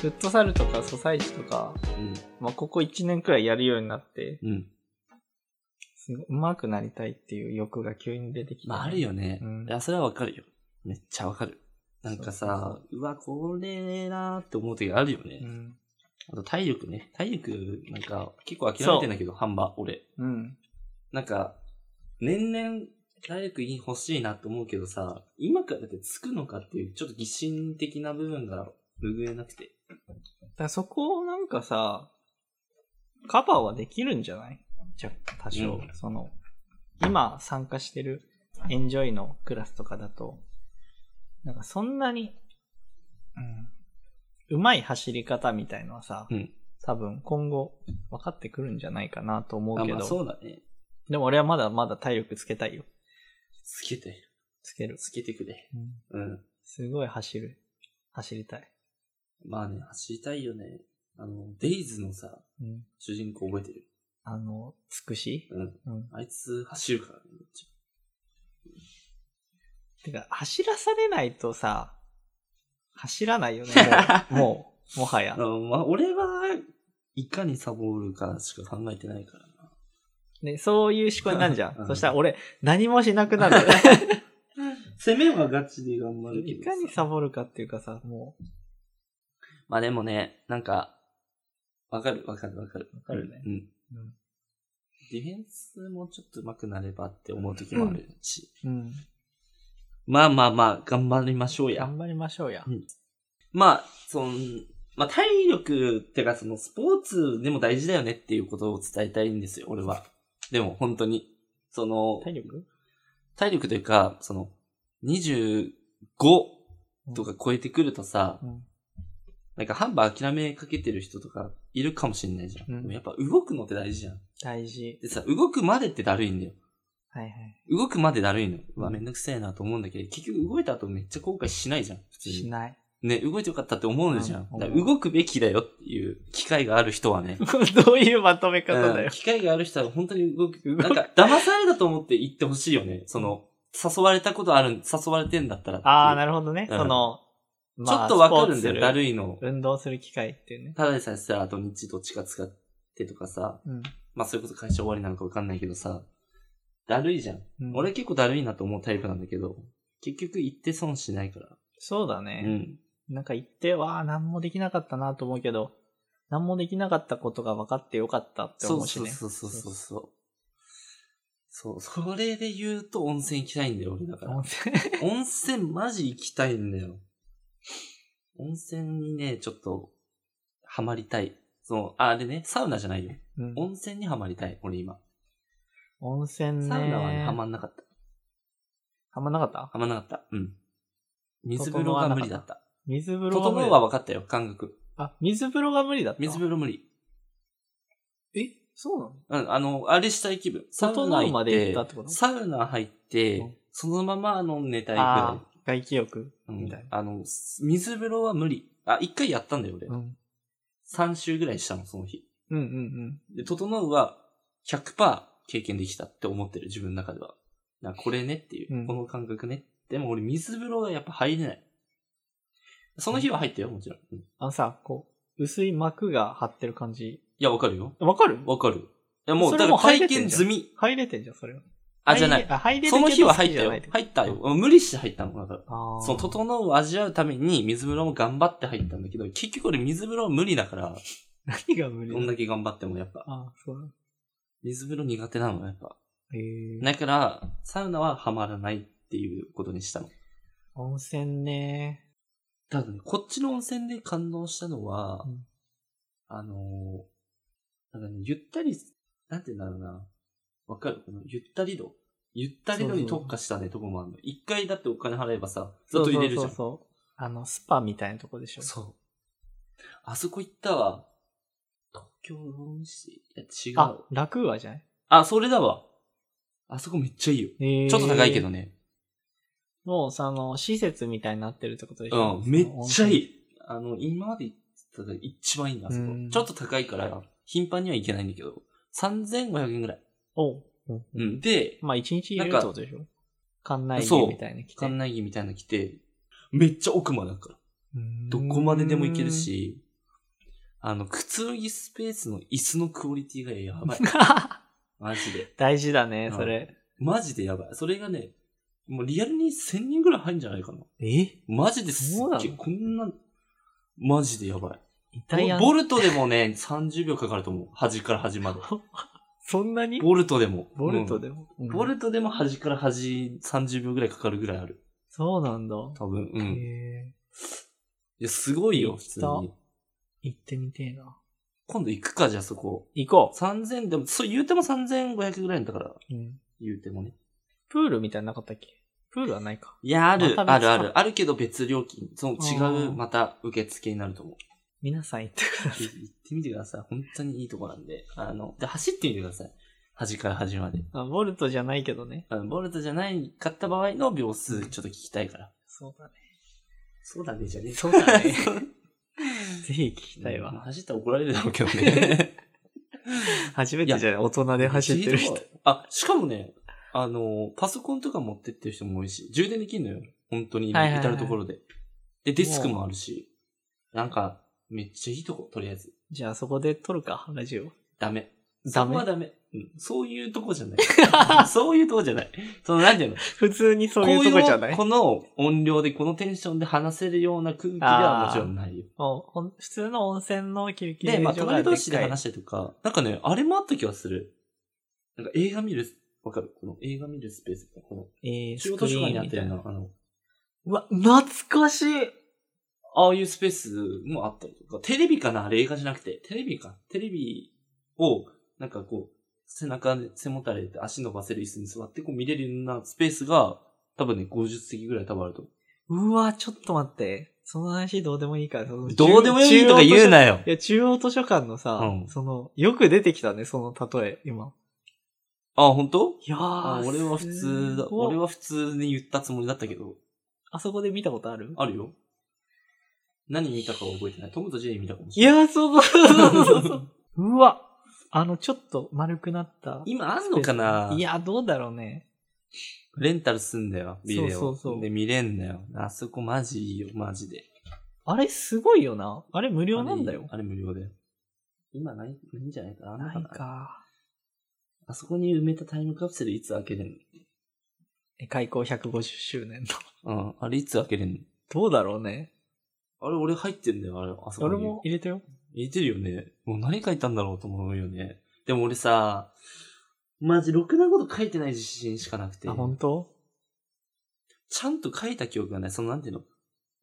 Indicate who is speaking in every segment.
Speaker 1: フットサルとかソサイチとか、まあ、ここ1年くらいやるようになって、
Speaker 2: うん。うん。
Speaker 1: すごい上手くなりたいっていう欲が急に出てきて、
Speaker 2: まあ、あるよね。
Speaker 1: うん
Speaker 2: いや、それはわかるよ。めっちゃわかる。なんかさ、うわ、これねーなーって思う時あるよね。
Speaker 1: うん。
Speaker 2: あと体力ね。体力、なんか、結構諦めてんだけど、ハンバ、俺。
Speaker 1: うん。
Speaker 2: なんか、年々、体力いい欲しいなって思うけどさ、今からだってつくのかっていう、ちょっと疑心的な部分が拭えなくて。
Speaker 1: だからそこをなんかさ、カバーはできるんじゃないじゃ、多少、
Speaker 2: うん
Speaker 1: その、今参加してるエンジョイのクラスとかだと、なんかそんなに、うん、うまい走り方みたいのはさ、
Speaker 2: うん
Speaker 1: 多分今後分かってくるんじゃないかなと思
Speaker 2: あ、
Speaker 1: うけ
Speaker 2: ま
Speaker 1: ど、
Speaker 2: あそうだね。
Speaker 1: でも俺はまだまだ体力つけたいよ。
Speaker 2: つけて、
Speaker 1: つける。
Speaker 2: つけてくれ。
Speaker 1: うん
Speaker 2: うん。
Speaker 1: すごい走る。走りたい。
Speaker 2: まあね、走りたいよね。あの、デイズのさ、
Speaker 1: うん、
Speaker 2: 主人公覚えてる。
Speaker 1: あの、つくし、
Speaker 2: うん。
Speaker 1: うん、
Speaker 2: あいつ走るからね、めっち
Speaker 1: てか、走らされないとさ、走ら ないよね、もう、もうもは
Speaker 2: ゃ
Speaker 1: や
Speaker 2: あ。の、まあ、俺は、いかにサボるかしか考えてないからな。
Speaker 1: ね、そういう思考になるじゃ
Speaker 2: うん
Speaker 1: ん。そしたら俺、何もしなくなる。
Speaker 2: 攻めはガチで頑張るけ
Speaker 1: い
Speaker 2: ど
Speaker 1: かにサボるかっていうかさ、も
Speaker 2: まあでもね、なんか、わかるわかるわかる。
Speaker 1: わかるね
Speaker 2: うん。
Speaker 1: うん
Speaker 2: ディフェンスもちょっと上手くなればって思う時もあるし。
Speaker 1: う、うん。
Speaker 2: まあまあまあ、頑張りましょうや。
Speaker 1: 頑張りましょうや
Speaker 2: う。んまあ、その、まあ体力ってかそのスポーツでも大事だよねっていうことを伝えたいんですよ、俺は。でも本当に。その、
Speaker 1: 体力
Speaker 2: 体力というか、その、25とか超えてくるとさ、
Speaker 1: うん
Speaker 2: なんかハンバー諦めかけてる人とかいるかもしれないじゃん。
Speaker 1: うん
Speaker 2: でもやっぱ動くのって大事じゃん。
Speaker 1: 大事。
Speaker 2: でさ、動くまでってだるいんだよ。
Speaker 1: はいはい。
Speaker 2: 動くまでだるいの。うわ、めんどくせえなと思うんだけど、結局動いた後めっちゃ後悔しないじゃん、普通
Speaker 1: し
Speaker 2: に。
Speaker 1: ない。
Speaker 2: ね、動いてよかったって思うじゃん。
Speaker 1: うん
Speaker 2: だから動くべきだよっていう機会がある人はね。
Speaker 1: どういうまとめ方だ
Speaker 2: うん
Speaker 1: よ。
Speaker 2: 機会がある人は本当に動く。
Speaker 1: 動く
Speaker 2: なんか、騙されたと思って行ってほしいよね。その、誘われたことある、誘われてんだったら。
Speaker 1: ああ、
Speaker 2: る
Speaker 1: なるほどね。
Speaker 2: うん
Speaker 1: その、
Speaker 2: ち
Speaker 1: ま
Speaker 2: ょ
Speaker 1: あ
Speaker 2: っとわかる
Speaker 1: ス
Speaker 2: んだ
Speaker 1: ポーツす
Speaker 2: よ、だるいの。
Speaker 1: 運動する機会っていうね。
Speaker 2: ただでさえさ、土日どっちか使ってとかさ、
Speaker 1: うん。
Speaker 2: まあそれこそ会社終わりなのかわかんないけどさ、だるいじゃん。
Speaker 1: うん
Speaker 2: 俺結構だるいなと思うタイプなんだけど、結局行って損しないから。
Speaker 1: そうだね。
Speaker 2: うん。
Speaker 1: なんか言って、わあ、何もできなかったなと思うけど、何もできなかったことが分かってよかったって
Speaker 2: そ
Speaker 1: 思
Speaker 2: う
Speaker 1: うし
Speaker 2: そう
Speaker 1: ね。
Speaker 2: そうそうそうそう。そう、それで言うと温泉行きたいんだよ、俺だから
Speaker 1: 温。泉
Speaker 2: 温泉マジ行きたいんだよ。温泉にね、ちょっと、ハマりたい。その、あ、でね、サウナじゃないよ。
Speaker 1: うん
Speaker 2: 温泉にハマりたい、俺今。
Speaker 1: 温泉ね。
Speaker 2: サウナはね、
Speaker 1: は
Speaker 2: ハ
Speaker 1: ま
Speaker 2: マんなかった。
Speaker 1: んなかった
Speaker 2: ハマんなかった。うん。水風呂が無理だった。
Speaker 1: 水風呂が無
Speaker 2: 整
Speaker 1: 理
Speaker 2: う
Speaker 1: だ
Speaker 2: は
Speaker 1: っ
Speaker 2: 分かったよ、感覚。
Speaker 1: た。あ、水風呂が無理だった。
Speaker 2: 水風呂無理。
Speaker 1: え、そうなの
Speaker 2: うん、あの、あれしたい気分。サウナ
Speaker 1: 整う
Speaker 2: 行っ
Speaker 1: まで行
Speaker 2: て
Speaker 1: った、ってこと
Speaker 2: サウナ入っ
Speaker 1: う
Speaker 2: て
Speaker 1: ん、
Speaker 2: そのままあの寝たいくら
Speaker 1: ああ、外気浴
Speaker 2: い。うん
Speaker 1: みたいな。
Speaker 2: あの、水風呂は無理。あ、一回やったんだよ、俺
Speaker 1: う。ん。
Speaker 2: 3週ぐらいしたの、その日。
Speaker 1: うんうんうん。
Speaker 2: で、整うは100%経験できたって思ってる、自分の中では。なこれねっていう、
Speaker 1: うん
Speaker 2: この感覚ね。でも俺水風呂がやっぱ入れない。その日は入ったよ、もちろん。うんい
Speaker 1: あのさ、こう、薄い膜が張ってる感じ。
Speaker 2: や、わかるよ。
Speaker 1: わかる
Speaker 2: わかる。いや、もう、
Speaker 1: そ
Speaker 2: だ
Speaker 1: れ
Speaker 2: から
Speaker 1: も入
Speaker 2: 体
Speaker 1: れてんじゃん
Speaker 2: 験済み。
Speaker 1: 入れてんじゃん、それは。
Speaker 2: あ、じゃない
Speaker 1: 入。れあ、入れるけ
Speaker 2: そ
Speaker 1: ど
Speaker 2: の日は入っ
Speaker 1: 好きじ
Speaker 2: た
Speaker 1: ゃ
Speaker 2: よ
Speaker 1: ないて。こと
Speaker 2: 入ったよ。無理して入ったの、だから。
Speaker 1: ああ。
Speaker 2: その、整うを味わうために水風呂も頑張って入ったんだけど、結局俺水風呂は無理だから、
Speaker 1: 何が無理
Speaker 2: ど
Speaker 1: だ
Speaker 2: んだけ頑張ってもやっぱ、
Speaker 1: ああ、そうなの
Speaker 2: 水風呂苦手なの、やっぱ。
Speaker 1: へえ。
Speaker 2: だから、サウナはハマらないっていうことにしたの。
Speaker 1: 温泉ね
Speaker 2: ただね、こっちの温泉で感動したのは、
Speaker 1: うん
Speaker 2: あのーなんかね、ゆったり、なんて言うんだろうな。わかるこのゆったり度。ゆったり度に特化したね、とこもあるの。一回だってお金払えばさ、ずっと入れるじゃ
Speaker 1: そうそう
Speaker 2: ん。
Speaker 1: そうそう。あの、スパみたいなとこでしょ。
Speaker 2: そうあそこ行ったわ。東京ドームシティ。いや、違
Speaker 1: あ
Speaker 2: う。、
Speaker 1: ラクーアじゃない
Speaker 2: あそれだわ。あそこめっちゃいいよ。
Speaker 1: え
Speaker 2: ちょっと高いけど。ね。
Speaker 1: もう、その、施設みたいになってるってことでしょ。
Speaker 2: うん、めっちゃい
Speaker 1: い。
Speaker 2: い。あの、今まで行ったら一番いいんだ、あそこ
Speaker 1: うん。
Speaker 2: ちょっと高いから、頻繁には行けないんだけど、3500円ぐらい。
Speaker 1: おう。うん
Speaker 2: うん。で、
Speaker 1: まあ、一日いるってことでしょ。館内着みたいな着て。
Speaker 2: 館内着みたいなの着て、めっちゃ奥までだから。
Speaker 1: うーん
Speaker 2: どこまででも行ける。し、あの、くつろぎスペースの椅子のクオリティがや ばい。マジで。
Speaker 1: 大事だね
Speaker 2: う、ん
Speaker 1: それ。
Speaker 2: マジでやばい。それがね、もうリアルに1000人ぐらい入るんじゃないかな。
Speaker 1: え
Speaker 2: マジです
Speaker 1: そうな
Speaker 2: っ
Speaker 1: の
Speaker 2: げえ。こんな、マジでやばい。
Speaker 1: 痛いやん
Speaker 2: ボ。ルトでもね、30秒かかると思う。端から端まで。
Speaker 1: そんなに
Speaker 2: ボルトでも。
Speaker 1: ボルトで
Speaker 2: も。
Speaker 1: も。
Speaker 2: ボ
Speaker 1: ト。
Speaker 2: ルトでも端から端30秒ぐらいかかるぐらいある。
Speaker 1: そうなんだ。
Speaker 2: 多分。う
Speaker 1: へ
Speaker 2: ん。
Speaker 1: え。
Speaker 2: いや、すごいよ、普通
Speaker 1: 行っ
Speaker 2: に。
Speaker 1: 行ってみてえな。
Speaker 2: 今度行くか、じゃあそこ。
Speaker 1: 行こ
Speaker 2: 3000、でも、そう言うても3500ぐらいのだから、
Speaker 1: う。うん。
Speaker 2: 言うてもね。
Speaker 1: プールみたいなのなかったっけプールはないか。
Speaker 2: いや、ある、
Speaker 1: また
Speaker 2: あ
Speaker 1: 別か
Speaker 2: るある。あるけど別料金。その違
Speaker 1: あー
Speaker 2: う、また受付になると思う。
Speaker 1: 皆さん行ってください。
Speaker 2: 行ってみてください。本当にいいとこなんで。あの、で、走ってみてください。端から端まで。
Speaker 1: あ、ボルトじゃないけどね。
Speaker 2: あの、ボルトじゃないかった場合の秒数、ちょっと聞きたいから。
Speaker 1: そうだね。
Speaker 2: そうだね、じゃね
Speaker 1: そうだ ね
Speaker 2: そう
Speaker 1: ぜひ聞きたい
Speaker 2: うん
Speaker 1: わ。
Speaker 2: 走ったら怒られるだろうけどね。
Speaker 1: 初めてじゃない大人で走ってる人
Speaker 2: いい。とこあ、しかもね、あの、パソコンとか持ってってる人も多いし、充電できるのよ。本当に、
Speaker 1: はいはいはい
Speaker 2: 至るところで。で、デスクもあるし。なんか、めっちゃいいとこ、とりあえず。
Speaker 1: じゃあそこで撮るか、ラジオ。
Speaker 2: ダメ。
Speaker 1: ダメ
Speaker 2: そこはダメ。うん。そういうとこじゃない。 そういうとこじゃない。その、なんていうの
Speaker 1: 普通に そういうとこじゃない
Speaker 2: こういうのこの音量で、このテンションで話せるような空気ではもちろんないよ。
Speaker 1: もうほん普通の温泉のキルキ
Speaker 2: で、まあ、
Speaker 1: 場が
Speaker 2: 隣
Speaker 1: で
Speaker 2: 同
Speaker 1: っ
Speaker 2: 士で
Speaker 1: かい。
Speaker 2: 話したりとか、なんかね、あれもあった気がする。なんか映画見る、わかるこの映画見るスペース。この、
Speaker 1: えー、
Speaker 2: 中
Speaker 1: ス
Speaker 2: 央
Speaker 1: ク
Speaker 2: 図
Speaker 1: リ
Speaker 2: 書
Speaker 1: ー
Speaker 2: 館に
Speaker 1: ン
Speaker 2: あっ
Speaker 1: み
Speaker 2: た
Speaker 1: た
Speaker 2: よう
Speaker 1: いな。
Speaker 2: な、あの、
Speaker 1: うわ、懐かしい
Speaker 2: ああいうスペースもあったりとか、テレビかなあれ映画じゃなくて、テレビか。テレビを、なんかこう、背中で背もたれて足伸ばせる椅子に座ってこう見れるようなスペースが、多分ね、50席ぐらい多分あると思
Speaker 1: うわ、ちょっと待って。その話どうでもいいから。その
Speaker 2: う。どうでもいいとか言う。なよ
Speaker 1: 中央図書い。や、中央図書館のさ、
Speaker 2: うん
Speaker 1: その、よく出てきたね、その例え、今。
Speaker 2: あ、本当？
Speaker 1: いや
Speaker 2: あ、
Speaker 1: ー、
Speaker 2: 俺は普通だ。
Speaker 1: すごい
Speaker 2: 俺は普通に言ったつもりだったけど、
Speaker 1: あそこで見たことある
Speaker 2: あるよ。何見たかは覚えてない。トムとジェリー見たかもし
Speaker 1: い
Speaker 2: れない。
Speaker 1: やー、そうそうそうそうそう。 うわ、あの、ちょっと丸くなった。
Speaker 2: 今あんのかない
Speaker 1: や、どうだろうね。
Speaker 2: レンタルすんだよ、ビデオ。
Speaker 1: そうそうそう
Speaker 2: で、見れんだよ。あそこマジいいよ、マジで。
Speaker 1: あれ、すごいよな。あれ、無料なんだよ。
Speaker 2: あれ無料で。今ない、ないんじゃないかな。
Speaker 1: ないか。
Speaker 2: あそこに埋めたタイムカプセルいつ開けれん
Speaker 1: え開校150周年の。
Speaker 2: のうん、あれいつ開けれんの
Speaker 1: どうだろうね。
Speaker 2: あれ俺入ってんだよ、あれ、あそこに。
Speaker 1: 俺も入れたよ。
Speaker 2: 入れてるよね。もう何書いたんだろうと思うよね。でも俺さ、マジろくなこと書いてない自信しかなくて
Speaker 1: あ、。本当？
Speaker 2: ちゃんと書いた記憶がない。そのなんていうの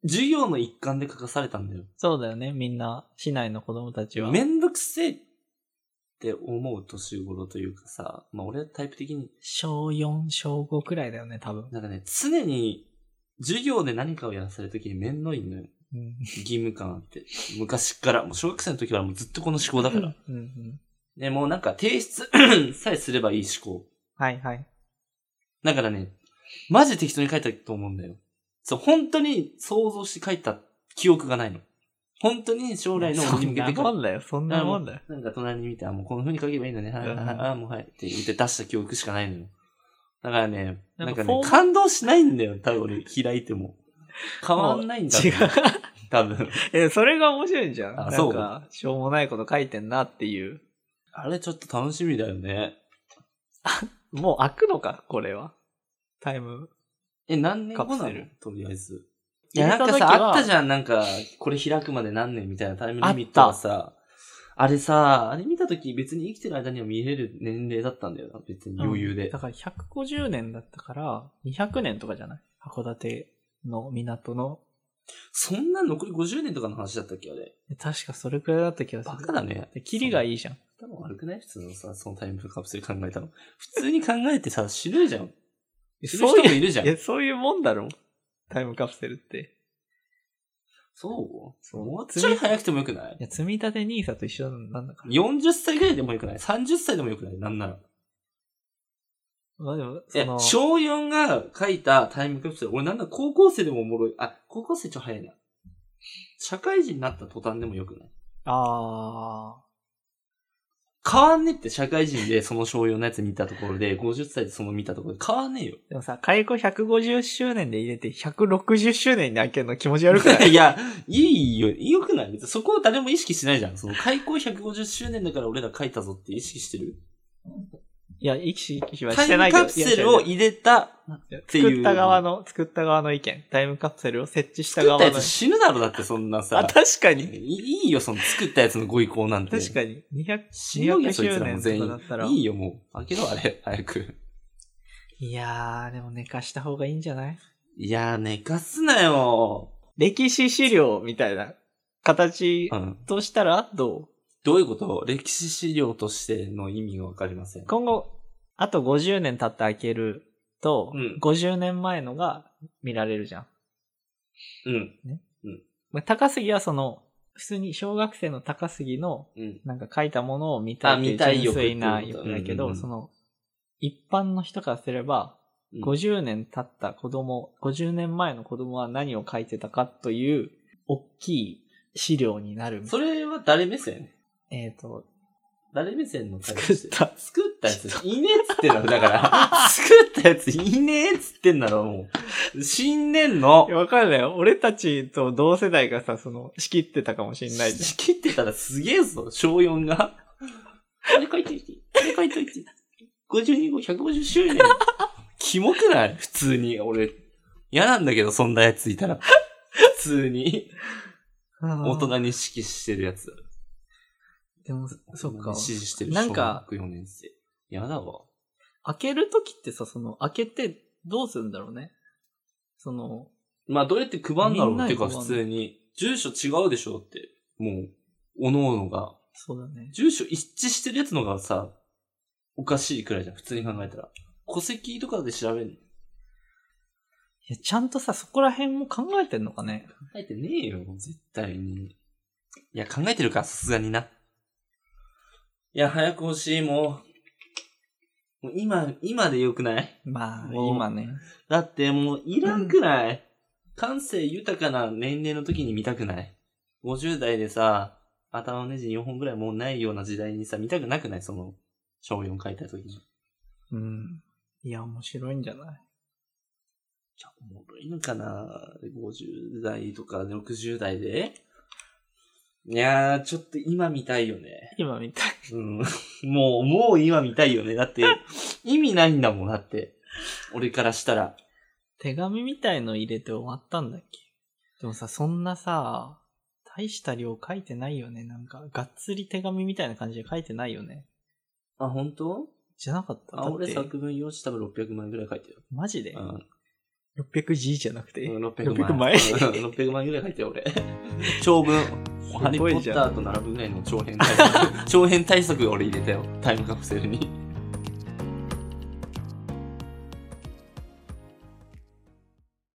Speaker 2: 授業の一環で書かされたんだよ。
Speaker 1: そうだよね。みんな、市内の子供たちは。
Speaker 2: めんどくせえって思う年頃というかさ、まあ俺はタイプ的に
Speaker 1: 小4、小5くらいだよね、多分。
Speaker 2: なんかね、常に、授業で何かをやらせるときに面倒いのよ。
Speaker 1: うん。
Speaker 2: 義務感 あって。昔から、もう小学生の時からもうずっとこの思考だ
Speaker 1: う
Speaker 2: か
Speaker 1: ん
Speaker 2: ら。
Speaker 1: うん。
Speaker 2: で、もうなんか提出 さえすればいい思考。
Speaker 1: はいはい。
Speaker 2: だからね、マジ適当に書いたと思うんだよ。そう、本当に想像して書いた記憶がないの。本当に将来の
Speaker 1: そ
Speaker 2: 俺
Speaker 1: ん
Speaker 2: に向け
Speaker 1: な
Speaker 2: て
Speaker 1: も
Speaker 2: 書く。
Speaker 1: んだよ、そんなもんだよ。
Speaker 2: なんか隣に見て、あ、もうこの風に書けばいいんだね。はいはいはい
Speaker 1: うん
Speaker 2: あ、もうはい。って言って出した記憶しかないのよ。だからね、
Speaker 1: なん
Speaker 2: な
Speaker 1: か
Speaker 2: んか
Speaker 1: フォ
Speaker 2: ね
Speaker 1: ー、マ
Speaker 2: 感動しないんだよ。多分俺開いても。変わんないんだ
Speaker 1: 違う。
Speaker 2: 多分。
Speaker 1: え、 それが面白いんじゃん。
Speaker 2: あ
Speaker 1: な
Speaker 2: そ
Speaker 1: ん
Speaker 2: う
Speaker 1: か、しょうもないこと書いてんなっていう。
Speaker 2: あれちょっと楽しみだよね。
Speaker 1: もう開くのか、これは。タイム。
Speaker 2: え、何年後
Speaker 1: カプ
Speaker 2: な
Speaker 1: セ
Speaker 2: の
Speaker 1: ル
Speaker 2: とりあえず。い
Speaker 1: いや
Speaker 2: や、なんか
Speaker 1: 入れた時
Speaker 2: さ、
Speaker 1: は
Speaker 2: あったじゃん。なんか、これ開くまで何年みたいなタイムリミットがさ。あれさ、あれ見たとき別に生きてる間には見れる年齢だったんだよな。別に余裕
Speaker 1: うん
Speaker 2: で
Speaker 1: だ。から150年だったから、200年とかじゃない函館の港の。
Speaker 2: そんな残り50年とかの話だったっけあれ。
Speaker 1: 確かそれくらいだった気がする。
Speaker 2: バカだね。
Speaker 1: で、キリがいいじゃん。
Speaker 2: 頭悪くない普通のさ、そのタイムカプセル考えたの。普通に考えてさ、死ぬじゃん。死ぬ
Speaker 1: そう
Speaker 2: 人
Speaker 1: い
Speaker 2: も
Speaker 1: う、
Speaker 2: いるじゃ
Speaker 1: いや、
Speaker 2: ん。
Speaker 1: そういうもんだろ。タイムカプセルって。
Speaker 2: そう
Speaker 1: そう
Speaker 2: もうちょい早くてもよくない
Speaker 1: いや、積み立て NISA と一緒なんだから。
Speaker 2: 40歳ぐらいでもよくない ?30 歳でもよくないなんなら。
Speaker 1: まあでも、
Speaker 2: え
Speaker 1: そ、の、
Speaker 2: 小4が書いたタイムカプセル、俺なんだ高校生でもおもろい。あ、高校生ちょっと早いな。社会人になった途端でもよくない
Speaker 1: あ
Speaker 2: 変わんねえって社会人でその商用のやつ見たところで、50歳でその見たところで変わんねえよ。
Speaker 1: でもさ、開口150周年で入れて160周年に開けるの気持ち悪く ない
Speaker 2: いや、いいよ、良くない別にそこを誰も意識しないじゃん。その開校150周年だから俺ら書いたぞって意識してる
Speaker 1: いや、意識はし
Speaker 2: タ
Speaker 1: て
Speaker 2: イ
Speaker 1: な
Speaker 2: ム
Speaker 1: いけど。
Speaker 2: カプセルを
Speaker 1: い
Speaker 2: 入れた、
Speaker 1: や
Speaker 2: ていう
Speaker 1: 作った側の、作った側の意見。タイムカプセルを設置した
Speaker 2: 作っ
Speaker 1: 側
Speaker 2: たや
Speaker 1: の
Speaker 2: つ。死ぬだろだってそんな
Speaker 1: あ、
Speaker 2: さ。
Speaker 1: 確か
Speaker 2: い
Speaker 1: に。
Speaker 2: いいよ、その作ったやつのご意向なんて。
Speaker 1: 確かに。200、
Speaker 2: 死ぬよ、そいつ
Speaker 1: 周
Speaker 2: らも
Speaker 1: 年と
Speaker 2: 全
Speaker 1: かだったら。
Speaker 2: 員。いいよ、もう。開けろ、あれ。早く。
Speaker 1: いやー、でも寝かした方がいいんじゃない
Speaker 2: いやー、寝かすなよ。
Speaker 1: 歴史資料みたいな形
Speaker 2: うん。
Speaker 1: としたらど
Speaker 2: どういうこと歴史資料としての意味がわかりません
Speaker 1: う。今後、あと50年経って開けると、
Speaker 2: うん
Speaker 1: 50年前のが見られるじゃん。
Speaker 2: うん。
Speaker 1: まあ高杉はその、普通に小学生の高杉の
Speaker 2: うん。
Speaker 1: なんか書いたものを見たいっていう
Speaker 2: あ見たい
Speaker 1: 純
Speaker 2: 欲
Speaker 1: 粋な
Speaker 2: っていうこと
Speaker 1: 欲だけど、
Speaker 2: うんうんうん
Speaker 1: その、一般の人からすれば、
Speaker 2: うん
Speaker 1: 50年経った子供、50年前の子供は何を書いてたかという、大きい資料になるみたい
Speaker 2: それは誰目線
Speaker 1: な。えっ、と、
Speaker 2: 誰目線の回
Speaker 1: 作 った。
Speaker 2: 作ったやつ、いねえっつってんだろ、だから。 作ったやつ、いねえっつってんだろ、もう。死んでんの
Speaker 1: いや。わかんないよ。俺たちと同世代がさ、その、仕切ってたかもしんないじゃん。
Speaker 2: 仕切ってたらすげえぞ、小4が。これ書いといて、これ書いといて。52号150周年。キモくない普通に、俺。嫌なんだけど、そんなやついたら。普通に。大人に指揮してるやつ。
Speaker 1: でも、そっか
Speaker 2: 指。示してる
Speaker 1: な
Speaker 2: 小
Speaker 1: んか
Speaker 2: 学4年生。嫌だわ。
Speaker 1: 開けるときってさ、その、開けてどうするんだろうね。その、
Speaker 2: まあ、どうやって配んだろ
Speaker 1: みん
Speaker 2: う
Speaker 1: な
Speaker 2: っ
Speaker 1: に
Speaker 2: ていうか、
Speaker 1: 配んの
Speaker 2: 普通に。住所違うでしょって。もう、おのおのが。
Speaker 1: そうだね。
Speaker 2: 住所一致してるやつのがさ、おかしいくらいじゃん。普通に考えたら。戸籍とかで調べるの
Speaker 1: いや、ちゃんとさ、そこら辺も考えてんのかね。
Speaker 2: 考えてねえよ、絶対に。いや、考えてるか、さすがにな。いや、早く欲しい、もう。もう今、今でよくない
Speaker 1: まあ、
Speaker 2: もう
Speaker 1: 今ね。
Speaker 2: だってもういらんくない、感性豊かな年齢の時に見たくない ?50 代でさ、頭のネジ4本ぐらいもうないような時代にさ、見たくなくないその、小4書いた時に。い
Speaker 1: うん。いや、面白いんじゃない
Speaker 2: や、おもろいのかな ?50 代とか60代でいやー、ちょっと今見たいよね。
Speaker 1: 今みたい。
Speaker 2: うん。 もう、もう今見たいよね。だって、意味ないんだもん、だって。俺からしたら。
Speaker 1: 手紙みたいの入れて終わったんだっけでもさ、そんなさ、大した量書いてないよね。なんか、がっつり手紙みたいな感じで書いてないよね。
Speaker 2: あ、本当？
Speaker 1: じゃなかった
Speaker 2: あ、
Speaker 1: だっ
Speaker 2: 俺
Speaker 1: て、
Speaker 2: 作文用紙多分600枚ぐらい書いてる。
Speaker 1: マジで、
Speaker 2: うん。
Speaker 1: 600G じゃなくて、
Speaker 2: 600
Speaker 1: 600
Speaker 2: 枚。
Speaker 1: 枚
Speaker 2: うん600枚ぐらい書いてる、俺。長文。ハリー・ポ
Speaker 1: すごいじ
Speaker 2: ッ
Speaker 1: ゃん
Speaker 2: ターと並ぶぐらいの長編対策。長編対策俺入れたよ。タイムカプセルに。